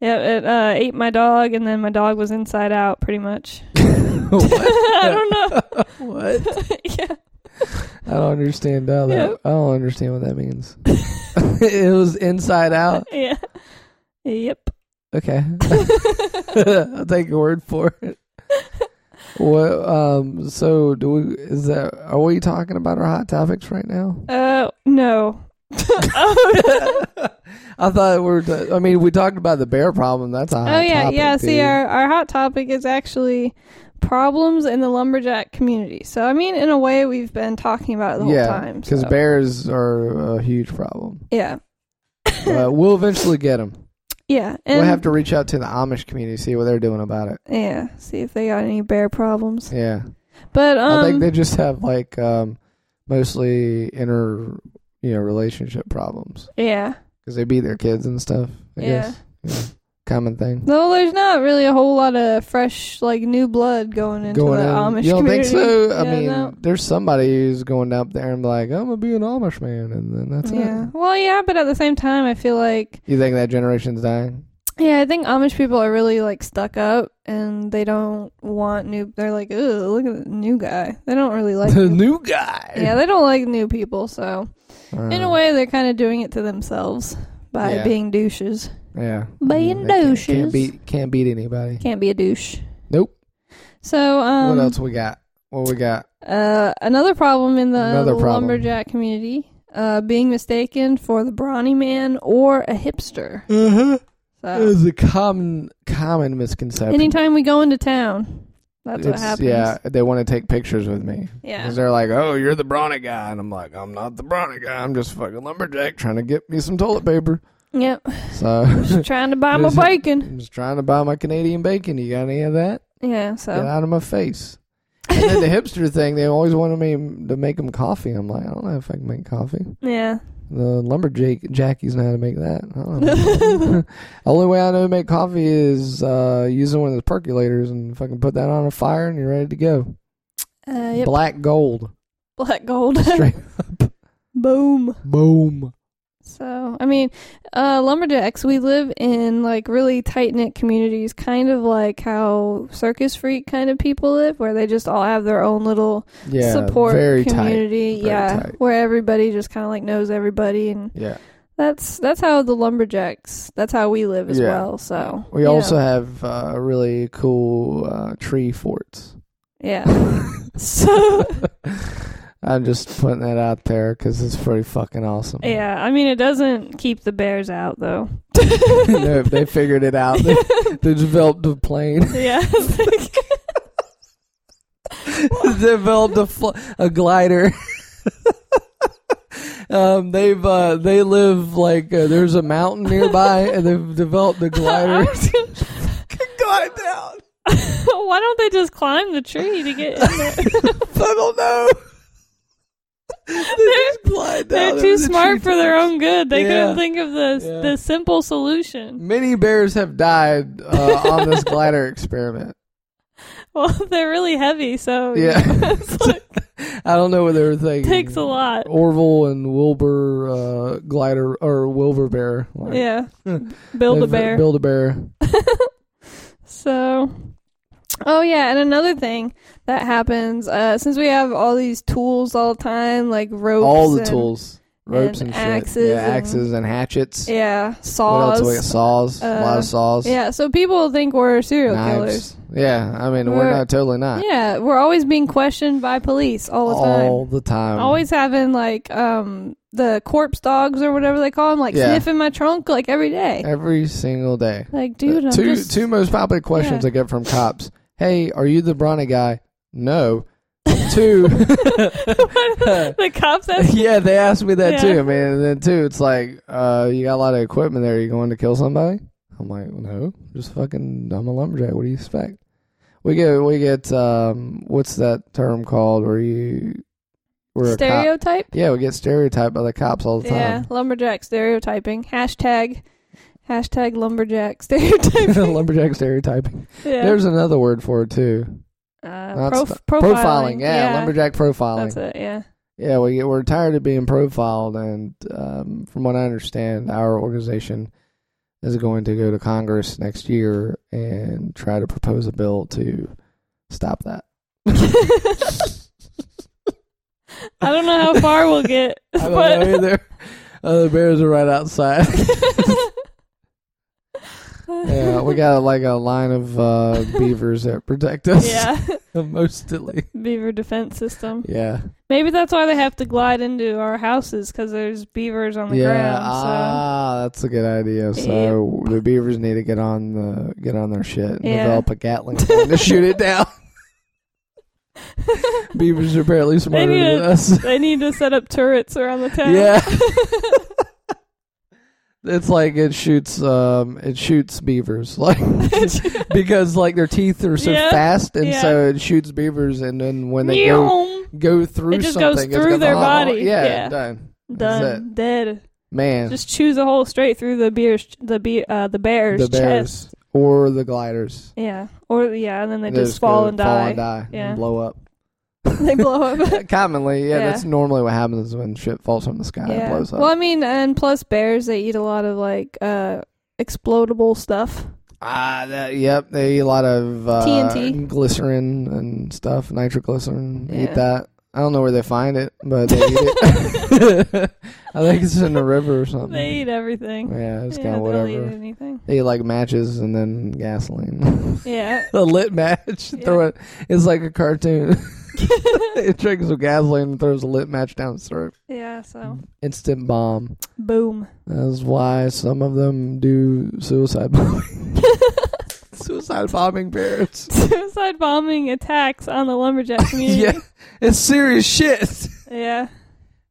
S1: yeah, it uh, ate my dog, and then my dog was inside out, pretty
S2: <laughs>
S1: much. <laughs> I don't know.
S2: what?
S1: yeah.
S2: <laughs> I don't understand how that.
S1: Yep.
S2: I don't understand what that means. <laughs> it was inside out.
S1: <laughs> Yeah. Yep.
S2: <laughs>
S1: <laughs>
S2: Okay, I'll take your word for it. What? Um. So, do we? Is that? Are we talking about our hot topics
S1: <laughs>
S2: right now? <laughs>
S1: Uh, no. <laughs> oh,
S2: I thought we were. t- I mean, we talked about the bear problem. That's a hot
S1: oh, yeah,
S2: Uh, topic,
S1: yeah. See,
S2: dude.
S1: our, our hot topic is actually problems in the lumberjack community. So, I mean, in a way, we've been talking about it the
S2: yeah,
S1: whole time.
S2: Because
S1: so-
S2: bears are a huge problem.
S1: yeah, <laughs>
S2: But we'll eventually get them.
S1: yeah, and
S2: We'll have to reach out to the Amish community, see what they're doing about it.
S1: yeah. See if they got any bear problems.
S2: Yeah,
S1: But
S2: I think
S1: um,
S2: they just have like um, mostly inner, you know, relationship problems
S1: yeah,
S2: because they beat their kids and stuff. I
S1: Yeah.
S2: guess Yeah. common thing.
S1: no, there's not really a whole lot of fresh, like new blood going into
S2: Going
S1: the
S2: in-
S1: Amish
S2: you don't
S1: community.
S2: think so? I
S1: Yeah,
S2: mean,
S1: no.
S2: there's somebody who's going up there and be like, "I'm gonna be an Amish man," and then that's
S1: yeah.
S2: it.
S1: Well, yeah, but at the same time, I feel like
S2: You think that generation's dying?
S1: Yeah, I think Amish people are really like stuck up and they don't want new. They're like, ooh, look at the new guy. They don't really like.
S2: <laughs> the
S1: new,
S2: new guy.
S1: <laughs> yeah, they don't like new people. So
S2: Uh,
S1: in a way, they're kind of doing it to themselves by
S2: Yeah.
S1: being douches.
S2: Yeah.
S1: Being
S2: They can't-
S1: douches.
S2: Can't beat can't beat anybody.
S1: Can't be a douche.
S2: Nope.
S1: So um,
S2: what else we got? What we got?
S1: Uh, another problem in the
S2: Another problem.
S1: lumberjack community: uh, being mistaken for the brawny man or a hipster.
S2: Uh-huh.
S1: So
S2: It's a common common misconception.
S1: Oh. anytime we go into town, that's what
S2: It's-
S1: happens.
S2: Yeah, they want to take pictures with me
S1: Yeah.
S2: because they're like, "Oh, you're the brawny guy," and I'm like, "I'm not the brawny guy. I'm just fucking lumberjack trying to get me some toilet paper."
S1: Yep.
S2: So
S1: <laughs>
S2: <laughs>
S1: Just trying to buy my
S2: Is it-
S1: bacon.
S2: I'm just trying to buy my Canadian bacon. You got any of that?
S1: Yeah, so <laughs>
S2: Get out of my face. and then the hipster thing, they always wanted me to make them coffee. I'm like, I don't know if I can make coffee.
S1: yeah.
S2: The lumberjack Jackies know how to make that. I don't
S1: <laughs>
S2: know. <laughs> Only way I know to make coffee is uh, using one of those percolators and fucking put that on a fire and you're ready to go.
S1: Uh, yep. <laughs>
S2: Black gold,
S1: Black gold.
S2: straight
S1: <laughs> Boom.
S2: boom.
S1: So, I mean, uh, lumberjacks, we live in like really tight knit communities, kind of like how circus freak kind of people live, where they just all have their own little
S2: Yeah,
S1: support
S2: very tight.
S1: community.
S2: very
S1: yeah,
S2: tight.
S1: where everybody just kind of like knows everybody, and
S2: Yeah,
S1: that's that's how the lumberjacks. That's how we live as
S2: Yeah.
S1: well. So
S2: we
S1: you know,
S2: also have uh, really cool uh,
S1: <laughs>
S2: tree forts.
S1: yeah. <laughs> so
S2: I'm just putting that out there because it's pretty fucking awesome.
S1: yeah, I mean, it doesn't keep the bears out though.
S2: no, <laughs> they figured
S1: <laughs>
S2: it out. They, they developed a plane.
S1: yeah.
S2: <laughs> developed a, fl- a glider. <laughs> um, they've uh, they live like uh, there's a mountain nearby, and they've developed a
S1: <laughs>
S2: glider.
S1: I was gonna-
S2: Glide down.
S1: <laughs> Why don't they just climb the tree to get in
S2: <laughs>
S1: there?
S2: I don't know. they just glide down.
S1: They're
S2: over
S1: too
S2: the
S1: smart for their
S2: treetops.
S1: own good. They
S2: Yeah.
S1: couldn't think of the
S2: Yeah.
S1: the simple solution. <laughs>
S2: <laughs> Many bears have died uh, on this glider experiment.
S1: Well, they're really heavy, so you
S2: Yeah.
S1: know, <laughs> it's like,
S2: I don't know what they were <laughs> thinking.
S1: takes a lot.
S2: Orville and Wilbur uh, glider or Wilbur bear. Like, <laughs>
S1: Yeah, build a bear.
S2: Build a bear.
S1: So, oh yeah, and another thing that happens uh, since we have all these tools all the time, like ropes,
S2: All the
S1: and-
S2: tools, ropes and,
S1: and
S2: shit.
S1: axes
S2: yeah,
S1: and-
S2: axes and hatchets.
S1: yeah,
S2: What else?
S1: saws,
S2: We got saws. a lot
S1: Uh,
S2: of saws.
S1: yeah. So people think we're serial
S2: knives.
S1: killers.
S2: Yeah, I mean we're,
S1: We're-
S2: not totally not
S1: Yeah, we're always being questioned by police all the time.
S2: All the time.
S1: always having like um the corpse dogs or whatever they call them, like
S2: Yeah.
S1: sniffing my trunk like every day.
S2: every single day.
S1: Like, dude, I'm
S2: two
S1: just
S2: two <laughs> most popular questions
S1: Yeah.
S2: I get from cops. Hey, are you the Bronny guy? No.
S1: <laughs>
S2: two.
S1: <laughs>
S2: <laughs>
S1: the cops. <laughs> Ask,
S2: yeah, they asked me that
S1: Yeah.
S2: too. I mean, and then too, it's like, uh, you got a lot of equipment there. you going to kill somebody? I'm like, no, just fucking. I'm a lumberjack. What do you expect? We get we get um, what's that term called? Where you we're a cop.
S1: stereotype.
S2: Yeah, we get stereotyped by the cops all the
S1: Yeah,
S2: time.
S1: lumberjack stereotyping. Hashtag hashtag lumberjack <laughs> stereotyping.
S2: <laughs> lumberjack stereotyping.
S1: yeah.
S2: There's another word for it too.
S1: uh,
S2: That's
S1: prof- profiling.
S2: Profiling. Yeah, lumberjack profiling.
S1: That's it. Yeah.
S2: Yeah, we we're tired of being profiled, and um, from what I understand, our organization is going to go to Congress next year and try to propose a bill to stop that.
S1: I don't know how far we'll get,
S2: <laughs> I don't
S1: but
S2: know either. Uh, the bears are
S1: <laughs>
S2: right outside. yeah, we got like a line of uh, beavers that protect us.
S1: yeah,
S2: <laughs> mostly.
S1: beaver defense system.
S2: Yeah,
S1: Maybe that's why they have to glide into our houses because there's beavers on the
S2: yeah.
S1: ground.
S2: ah, that's a good idea. So the beavers need to get on the get on their shit and
S1: Yeah.
S2: develop
S1: <laughs>
S2: a Gatling gun to shoot it down. <laughs>
S1: So <laughs>
S2: Beavers are apparently smarter
S1: need
S2: than
S1: a-
S2: us. <laughs>
S1: they need to set up turrets around the town. <laughs>
S2: yeah. it's like it shoots um it shoots beavers <laughs> like
S1: <laughs>
S2: because like their teeth are so
S1: Yeah,
S2: fast and
S1: yeah.
S2: so it shoots beavers and then when they go
S1: Meow.
S2: go through
S1: It just goes
S2: something
S1: through
S2: it's
S1: their
S2: gonna-
S1: body.
S2: Yeah,
S1: Yeah.
S2: done. That's
S1: done dead.
S2: Man,
S1: Just choose a hole straight through the beer's the be uh, the bear's
S2: the bears
S1: chest.
S2: or the gliders.
S1: Yeah, or yeah, and then they, just,
S2: go
S1: fall and
S2: fall
S1: die.
S2: and die and
S1: Yeah.
S2: blow up.
S1: <laughs> They blow
S2: <laughs>
S1: up.
S2: Commonly, yeah,
S1: Yeah.
S2: that's normally what happens is when shit falls from the sky
S1: yeah.
S2: and blows up.
S1: Well, I mean, and plus bears, they eat a lot of like uh explodable stuff.
S2: Ah, that, yep. They eat a lot of uh,
S1: TNT.
S2: glycerin and stuff, nitroglycerin.
S1: Yeah.
S2: They Eat that. I don't know where they find it, but they eat it. <laughs> I think it's in the river or something.
S1: They eat everything.
S2: Mm. yeah, it's
S1: yeah,
S2: kind of
S1: they'll eat
S2: whatever.
S1: anything.
S2: They eat like matches and then gasoline.
S1: Yeah.
S2: <laughs> a lit match.
S1: Yeah.
S2: Throw it. It's like
S1: <laughs>
S2: a cartoon. <laughs> it drinks some gasoline and throws a lit match down the throat.
S1: Yeah, so
S2: Instant bomb.
S1: boom.
S2: That's why some of them do suicide <laughs> bombing. suicide
S1: <laughs>
S2: bombing bears.
S1: <laughs> Suicide bombing attacks on the lumberjack
S2: <laughs>
S1: community.
S2: yeah, it's serious shit.
S1: Yeah.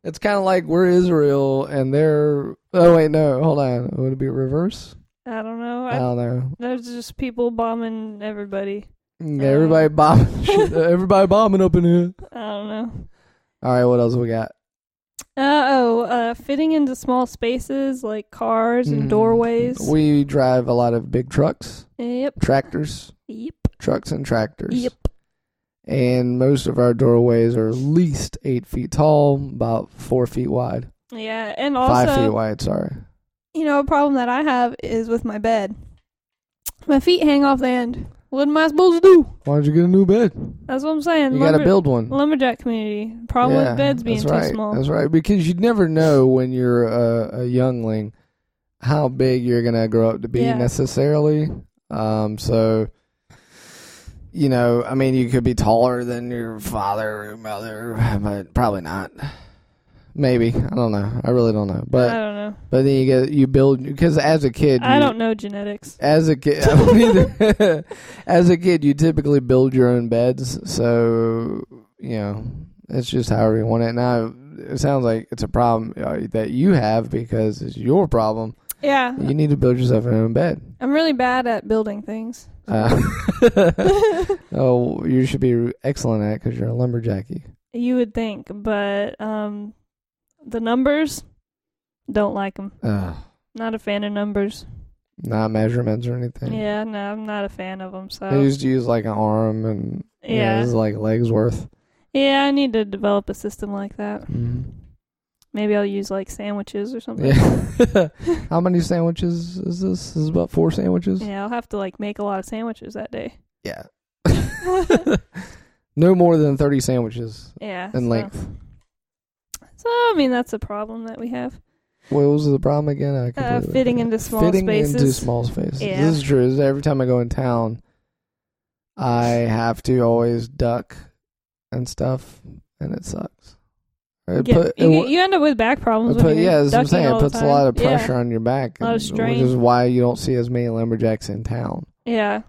S2: It's kind of like we're Israel and they're. Oh wait, no, hold on. Would it be reverse?
S1: I don't know.
S2: I
S1: I,
S2: don't know.
S1: there's just people bombing everybody. Uh,
S2: Yeah,
S1: <laughs>
S2: everybody bombing. shit. everybody bombing up in here.
S1: I don't know.
S2: All right, what else we got?
S1: Uh oh, uh fitting into small spaces like cars and
S2: Mm,
S1: doorways.
S2: We drive a lot of big trucks,
S1: yep.
S2: tractors,
S1: Yep.
S2: trucks and tractors.
S1: Yep.
S2: And most of our doorways are at least eight feet tall, about four feet wide.
S1: Yeah, and
S2: Five feet
S1: also,
S2: wide. Sorry.
S1: you know, a problem that I have is with my bed. My feet hang off the end. What am I supposed to do?
S2: Why don't you get a new bed?
S1: That's what I'm saying.
S2: you got to build one.
S1: Lumberjack community. Problem
S2: Yeah,
S1: with beds being
S2: that's
S1: too
S2: right.
S1: small.
S2: That's right. Because you never know when you're a, a youngling how big you're gonna grow up to be
S1: Yeah.
S2: necessarily. Um, so you know, I mean, you could be taller than your father or mother, but probably not. Maybe I don't know. I really don't know. But
S1: I don't know.
S2: but then you get you build because as a kid,
S1: I
S2: you-
S1: don't know genetics.
S2: as a kid, I don't either. <laughs> as a kid, you typically build your own beds, so you know it's just however you want it. Now it sounds like it's a problem uh, that you have because it's your problem.
S1: Yeah,
S2: You need to build yourself an own bed.
S1: I'm really bad at building things.
S2: <laughs> Uh, oh, you should be excellent at it because you're a lumberjacky.
S1: <laughs> You would think, but um, the numbers don't like them.
S2: Uh,
S1: Not a fan of numbers.
S2: not measurements or anything.
S1: Yeah, no, I'm not a fan of them. So
S2: I used to use like an arm and yeah, you know,
S1: yeah,
S2: this is like legs worth.
S1: yeah, I need to develop a system like that.
S2: Mhm.
S1: Maybe I'll use like sandwiches or something.
S2: Yeah. How many sandwiches is this? This is about four
S1: <laughs>
S2: sandwiches.
S1: Yeah, I'll have to like make a lot of sandwiches that day.
S2: Yeah. <laughs> no more than 30 sandwiches
S1: Yeah,
S2: in
S1: so-
S2: length.
S1: So I mean, that's a problem that we have.
S2: What was the problem again? I
S1: Uh,
S2: completely
S1: fitting
S2: forgot.
S1: into small
S2: fitting
S1: spaces.
S2: into small spaces.
S1: Yeah.
S2: This is true. This is every time I go in town, I have to always duck and stuff, and it sucks. It
S1: Get-
S2: put-
S1: you,
S2: it wa-
S1: you end up with back problems.
S2: it
S1: when
S2: put-
S1: you're
S2: yeah, that's what I'm
S1: ducking
S2: saying.
S1: all
S2: It
S1: the
S2: puts a lot of
S1: time. Yeah.
S2: pressure on your back,
S1: A lot of
S2: and-
S1: strain.
S2: which is why you don't see as many lumberjacks in town
S1: Yeah,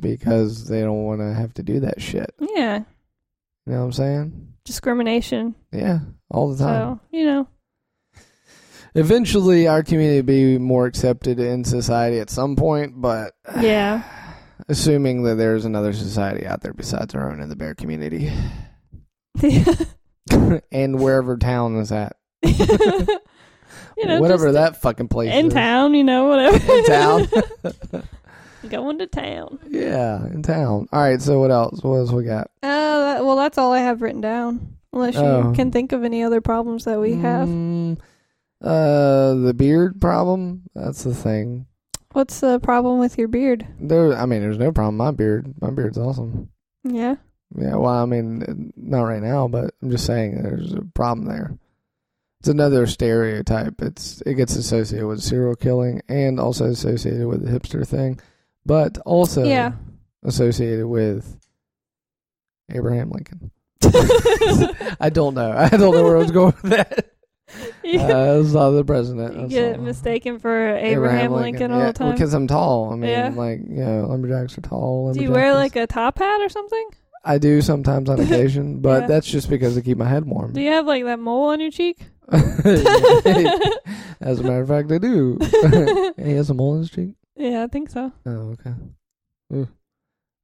S2: because they don't want to have to do that shit.
S1: yeah,
S2: You know what I'm saying?
S1: discrimination.
S2: Yeah, all the time.
S1: So you
S2: <sighs>
S1: know,
S2: Eventually, our community will be more accepted in society at some point, but
S1: Yeah.
S2: <sighs>
S1: <laughs>
S2: assuming that there's another society out there besides our own in the bear community <laughs> and wherever town is at,
S1: you know,
S2: whatever
S1: just
S2: that fucking place
S1: in
S2: is.
S1: town. You know, whatever
S2: <laughs>
S1: <laughs>
S2: in town,
S1: Going to town.
S2: <laughs> yeah, in town. All right, so what else? What else we got?
S1: Uh, that, well, that's all I have written down. Unless you
S2: Oh.
S1: can think of any other problems that we have.
S2: Mm, uh, the beard problem. That's the thing.
S1: What's the problem with your beard?
S2: There, I mean, there's no problem. with My beard, my beard's awesome.
S1: Yeah.
S2: Yeah, well, I mean, not right now, but I'm just saying there's a problem there. It's another stereotype. It's it gets associated with serial killing and also associated with the hipster thing, but also
S1: Yeah.
S2: associated with
S1: <laughs>
S2: Abraham Lincoln. I don't know. I don't know where I was going with that.
S1: <laughs> you
S2: <laughs> Uh, I saw the president.
S1: you
S2: that's
S1: get
S2: all.
S1: mistaken for Abraham, Lincoln, all
S2: yeah,
S1: the time.
S2: because I'm tall. I mean,
S1: Yeah.
S2: like you know, lumberjacks are tall.
S1: Do you wear
S2: lumberjackses-
S1: like a top hat or something?
S2: I do
S1: <laughs>
S2: sometimes on occasion, but
S1: Yeah.
S2: that's just because I keep my head warm.
S1: Do you have like that mole on your cheek?
S2: <laughs> As a matter of fact, I do. And he has a mole in his cheek.
S1: <laughs> yeah, I think so.
S2: Oh, okay. Ooh.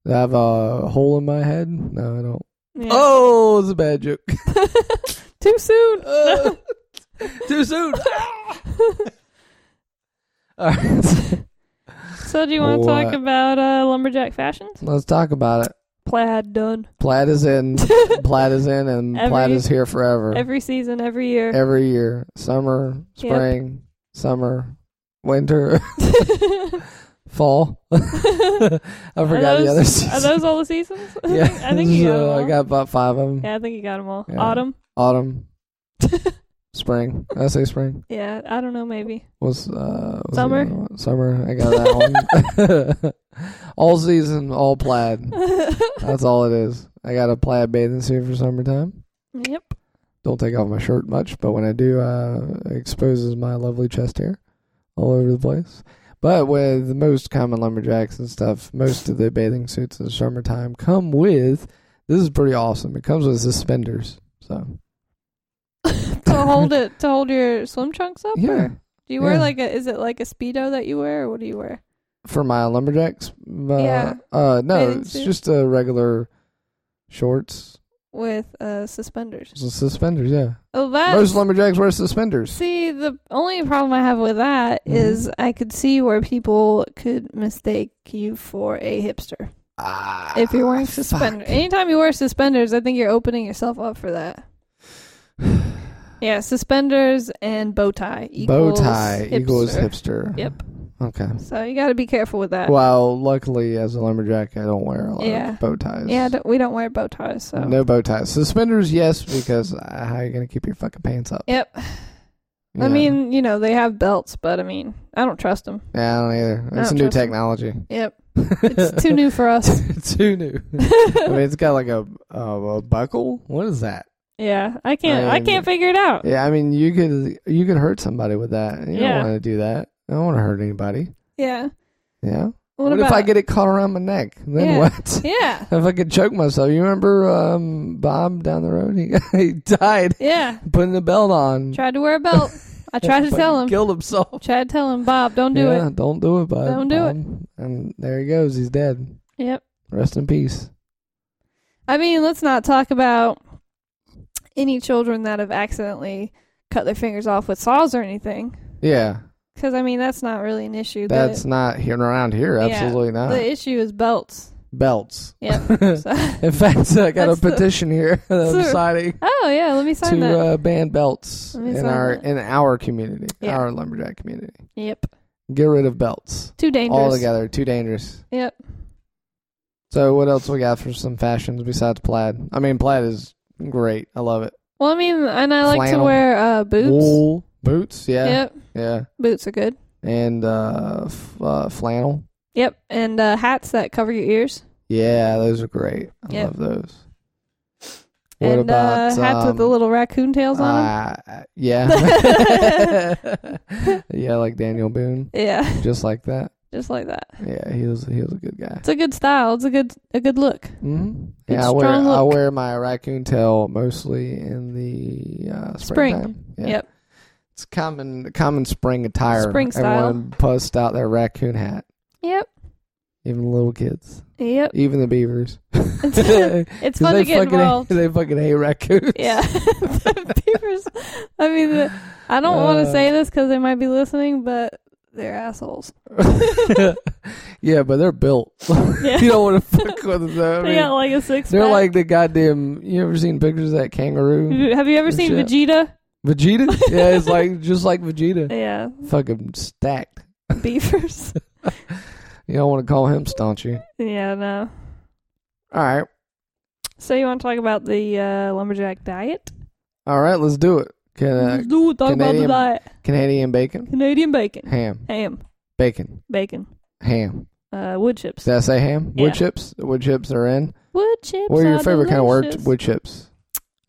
S2: Do I have a hole in my head? No, I don't.
S1: Yeah.
S2: Oh, it's a bad joke.
S1: <laughs>
S2: <laughs>
S1: Too soon.
S2: Uh, too soon. All
S1: <laughs>
S2: right, <laughs>
S1: so, do you want to talk
S2: What?
S1: about uh, lumberjack fashions?
S2: let's talk about it.
S1: Plaid done
S2: Plaid is in. <laughs> Plaid is in, and plaid
S1: Every-
S2: is here forever.
S1: <laughs> every season, every year.
S2: Every year, summer,
S1: Yep.
S2: spring, summer, winter, <laughs>
S1: <laughs>
S2: fall. <laughs> I
S1: are,
S2: forgot the other
S1: those,
S2: season.
S1: <laughs> are those all the seasons?
S2: yeah,
S1: <laughs> I think you got 'em
S2: <laughs> so I
S1: all.
S2: got about five of them.
S1: yeah, I think you got them all.
S2: Yeah.
S1: Autumn. <laughs>
S2: Autumn, spring. Did I say spring.
S1: yeah, I don't know. Maybe. <laughs>
S2: Was uh was the
S1: Summer.
S2: other one? Summer. I got that one. <laughs> all season, all plaid. That's all it is. I got a plaid bathing suit for summertime.
S1: yep.
S2: Don't take off my shirt much, but when I do, uh, it exposes my lovely chest hair all over the place. But with most common lumberjacks and stuff, most of the bathing suits in the summertime come with. This is pretty awesome. It comes with suspenders. So
S1: <laughs> to hold it to hold your swim trunks up.
S2: yeah,
S1: Or do you wear
S2: yeah.
S1: like a? Is it like a speedo that you wear, or what do you wear?
S2: for my lumberjacks. Uh,
S1: Yeah.
S2: Uh, no,
S1: Bathing
S2: it's
S1: suit.
S2: just uh, regular shorts,
S1: With uh, suspenders.
S2: S- suspenders. Yeah,
S1: Oh, that
S2: most lumberjacks wear suspenders.
S1: See, the only problem I have with that
S2: Mhm.
S1: is I could see where people could mistake you for a hipster
S2: Ah,
S1: if you're wearing
S2: fuck. <sighs>
S1: suspenders. Anytime you wear suspenders, I think you're opening yourself up for that. Yeah, suspenders and bow tie.
S2: Bow
S1: Equals
S2: tie equals
S1: hipster.
S2: hipster.
S1: Yep.
S2: Okay.
S1: So you got to be careful with that.
S2: Well, luckily as a lumberjack, I don't wear a lot
S1: Yeah.
S2: of bow ties.
S1: yeah, don't, we don't wear bow ties, so.
S2: No bow ties. Suspenders, yes, because uh, how are you gonna keep your fucking pants up?
S1: Yep. I
S2: Yeah.
S1: mean, you know, they have belts, but I mean, I don't trust them.
S2: yeah, I don't either.
S1: I
S2: It's
S1: don't trust
S2: new
S1: them.
S2: technology. <laughs>
S1: Yep. It's too new for us.
S2: too new. I mean, it's got like a, a a buckle. What is that?
S1: <laughs> yeah, I can't. I,
S2: mean-
S1: can't figure it out.
S2: Yeah, I mean, you could you could hurt somebody with that. You
S1: Yeah.
S2: don't want to do that. I don't want to hurt anybody.
S1: Yeah.
S2: Yeah.
S1: What,
S2: what
S1: about?
S2: if I get it caught around my neck? Then
S1: Yeah.
S2: what?
S1: <laughs>
S2: <laughs>
S1: yeah.
S2: If I could choke myself, you remember um, Bob down the road? <laughs> He, he died
S1: Yeah.
S2: putting the belt on.
S1: Tried to wear a belt.
S2: <laughs>
S1: I tried to
S2: Fucking
S1: tell him.
S2: Killed himself.
S1: Tried to tell him, Bob, don't do
S2: yeah,
S1: it.
S2: don't do it, bud.
S1: Don't do it.
S2: Um, And there he goes. He's dead.
S1: Yep.
S2: Rest in peace.
S1: I mean, let's not talk about any children that have accidentally cut their fingers off with saws or anything.
S2: Yeah,
S1: Because I mean, that's not really an issue.
S2: that's not here around here.
S1: Yeah,
S2: Absolutely
S1: the,
S2: not.
S1: the issue is
S2: <laughs>
S1: belts.
S2: Belts. <laughs>
S1: Yep. So- <laughs>
S2: In fact, I got a
S1: That's the-
S2: petition here <laughs> that I'm
S1: that's the-
S2: signing
S1: oh yeah, let me sign
S2: to
S1: that.
S2: uh, ban belts
S1: Let me
S2: in
S1: sign
S2: our
S1: that.
S2: in our community,
S1: Yeah.
S2: our lumberjack community.
S1: yep.
S2: Get rid of belts
S1: Too dangerous.
S2: altogether. Too dangerous.
S1: Yep.
S2: So what else we got for some fashions besides plaid? I mean, plaid is great. I love it.
S1: Well, I mean, and I like to
S2: Flannel.
S1: wear uh, boots.
S2: Wool boots, yeah,
S1: Yep,
S2: yeah,
S1: boots are good.
S2: and uh, f- uh, flannel.
S1: Yep, and uh, hats that cover your ears.
S2: Yeah, those are great. I
S1: Yep.
S2: love those.
S1: and uh, hats with the
S2: um,
S1: little raccoon tails on them.
S2: uh,
S1: <laughs>
S2: yeah, <laughs> yeah, like Daniel Boone,
S1: Yeah, <laughs>
S2: just like that.
S1: just like that.
S2: Yeah, he was he was a good guy.
S1: It's a good style. It's a good a good look.
S2: hmm
S1: Good,
S2: Yeah, I wear
S1: strong
S2: I
S1: look.
S2: wear my raccoon tail mostly in the uh,
S1: Spring.
S2: springtime. Yeah.
S1: Yep.
S2: It's common common spring attire.
S1: Spring style.
S2: Everyone posts out their raccoon hat.
S1: Yep.
S2: Even little kids, <laughs>
S1: Yep.
S2: even the beavers.
S1: <laughs> It's, it's
S2: <laughs> 'Cause
S1: fun
S2: they
S1: to get
S2: fucking
S1: involved.
S2: Hate, they fucking hate raccoons.
S1: Yeah. <laughs> The beavers. I mean, the- I don't want
S2: Uh.
S1: to say this because they might be listening, but they're
S2: <laughs>
S1: assholes.
S2: <laughs>
S1: <laughs>
S2: yeah, but they're built.
S1: Yeah.
S2: <laughs> you don't want to fuck with them. I
S1: <laughs> they
S2: mean,
S1: got like a six.
S2: they're
S1: pack.
S2: like the goddamn. You ever seen pictures of
S1: <laughs>
S2: that kangaroo?
S1: Have you ever seen
S2: Shit.
S1: Vegeta?
S2: Vegeta? yeah, it's like just like Vegeta.
S1: Yeah,
S2: Fucking stacked.
S1: <laughs> beavers.
S2: You don't want to call him staunchy.
S1: yeah, no.
S2: All right,
S1: So you want to talk about the uh, lumberjack diet?
S2: all right, let's do it. Can, uh,
S1: Let's do it. Talk about the
S2: Canadian-
S1: diet.
S2: Canadian bacon,
S1: Canadian bacon,
S2: ham,
S1: ham,
S2: bacon,
S1: bacon,
S2: ham.
S1: uh, wood chips.
S2: Did I say ham?
S1: Yeah.
S2: Wood chips. Wood chips are in.
S1: Wood chips.
S2: What are your
S1: are
S2: favorite kind of wood,
S1: delicious.
S2: wood chips?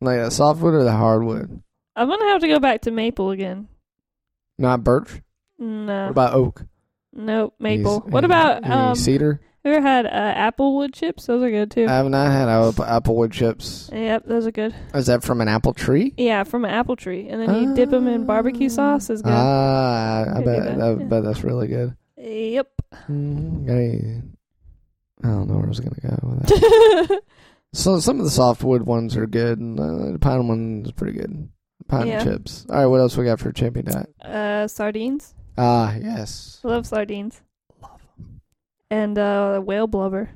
S2: Like the softwood or the hardwood?
S1: I'm gonna have to go back to maple again.
S2: Not birch. What
S1: No,
S2: about oak?
S1: nope, maple.
S2: Any-
S1: what about
S2: any
S1: um?
S2: cedar?
S1: Have you ever had uh, apple wood chips? Those are good too.
S2: I have not had apple, applewood chips.
S1: yep, those are good.
S2: Is that from an apple tree?
S1: Yeah, from an apple tree, and then you dip 'em dip them in barbecue
S2: Ah.
S1: sauce. Is good.
S2: Ah, I- I
S1: Could be
S2: bet,
S1: that,
S2: I
S1: yeah.
S2: bet that's really good.
S1: yep. <laughs>
S2: Mm, got any- I don't know where I was gonna
S1: <laughs>
S2: go with that. so some of the softwood ones are good, and uh, the pine one is pretty good. Pine
S1: Yeah.
S2: chips. All right, what else we got for champion diet?
S1: uh, sardines.
S2: Ah, yes.
S1: Love sardines. And uh, whale blubber.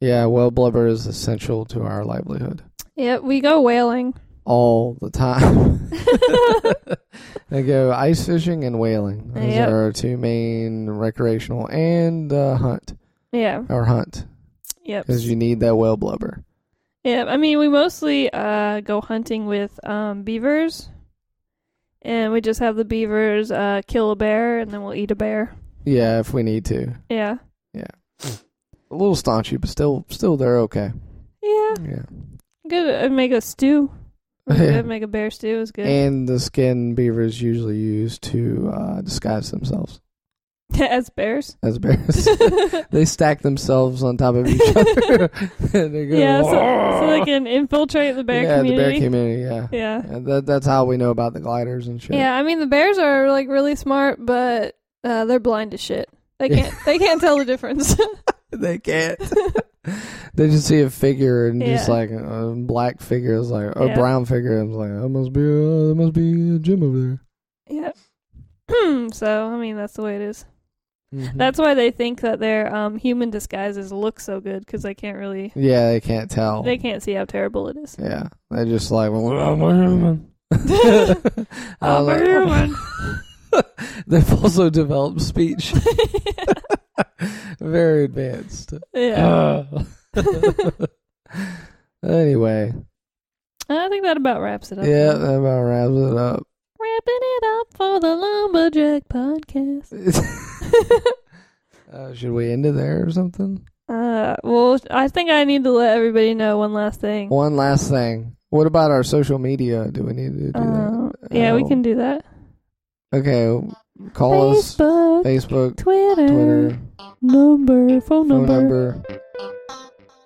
S2: Yeah, well, blubber is essential to our livelihood
S1: Yep, we go whaling. <laughs>
S2: all the time. They go ice fishing and whaling. Those
S1: Yep.
S2: are our two main recreational and uh, hunt
S1: yeah.
S2: or hunt
S1: Yep.
S2: because you need that whale blubber.
S1: Yeah, I mean, we mostly uh, go hunting with um, beavers, and we just have the beavers uh, kill a bear, and then we'll eat a bear.
S2: Yeah, if we need to.
S1: Yeah,
S2: A little staunchy, but still, still they're okay.
S1: yeah,
S2: Yeah.
S1: good. uh, make a stew. It's good. Make a bear stew is good.
S2: and the skin beavers usually use to uh, disguise themselves
S1: <laughs> As
S2: <laughs>
S1: bears. <laughs>
S2: as bears. they stack themselves on top of each other. <laughs> and they go,
S1: yeah, so, so they can infiltrate the bear
S2: yeah,
S1: community.
S2: the bear community. Yeah,
S1: yeah.
S2: And that, that's how we know about the gliders and shit.
S1: Yeah, I mean the bears are like really smart, but uh, they're blind as shit. They can't they can't tell the difference. <laughs>
S2: they can't. <laughs> they just see a figure and just
S1: Yeah.
S2: like a black figure is like a
S1: Yeah.
S2: brown figure. and it's like that must be a, that must be a gym over there.
S1: yeah. <clears throat> so I mean that's the way it is.
S2: Mhm.
S1: That's why they think that their um, human disguises look so good because they can't really
S2: yeah. They can't tell. <laughs>
S1: they can't see how terrible it is. <laughs>
S2: yeah, they just like well, I'm a human. <laughs> I'm like,
S1: human.
S2: <laughs> They've also developed speech. Very <laughs> advanced.
S1: <laughs> yeah.
S2: Ah. anyway,
S1: <laughs> I think that about wraps it up.
S2: yeah, that about wraps it up.
S1: Wrapping it up for the Lumberjack podcast. <laughs>
S2: <laughs> uh, should we end it there or something?
S1: Uh, well, I think I need to let everybody know one last thing.
S2: One last thing. What about our social media? Do we need to do
S1: Uh,
S2: that?
S1: yeah, we
S2: Oh.
S1: can do that.
S2: Okay, call us
S1: Facebook,
S2: Facebook,
S1: Twitter,
S2: Twitter,
S1: number, phone,
S2: phone
S1: number.
S2: number.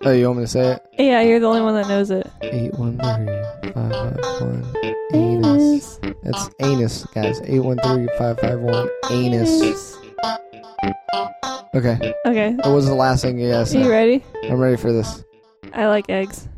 S2: Oh, you want me to say it?
S1: Yeah, you're the only one that knows it.
S2: 813-551 anus. That's anus, guys. 813-551 anus. Okay,
S1: Okay,
S2: that was the last thing you guys
S1: are you
S2: said.
S1: ready?
S2: I'm ready for this.
S1: I like eggs.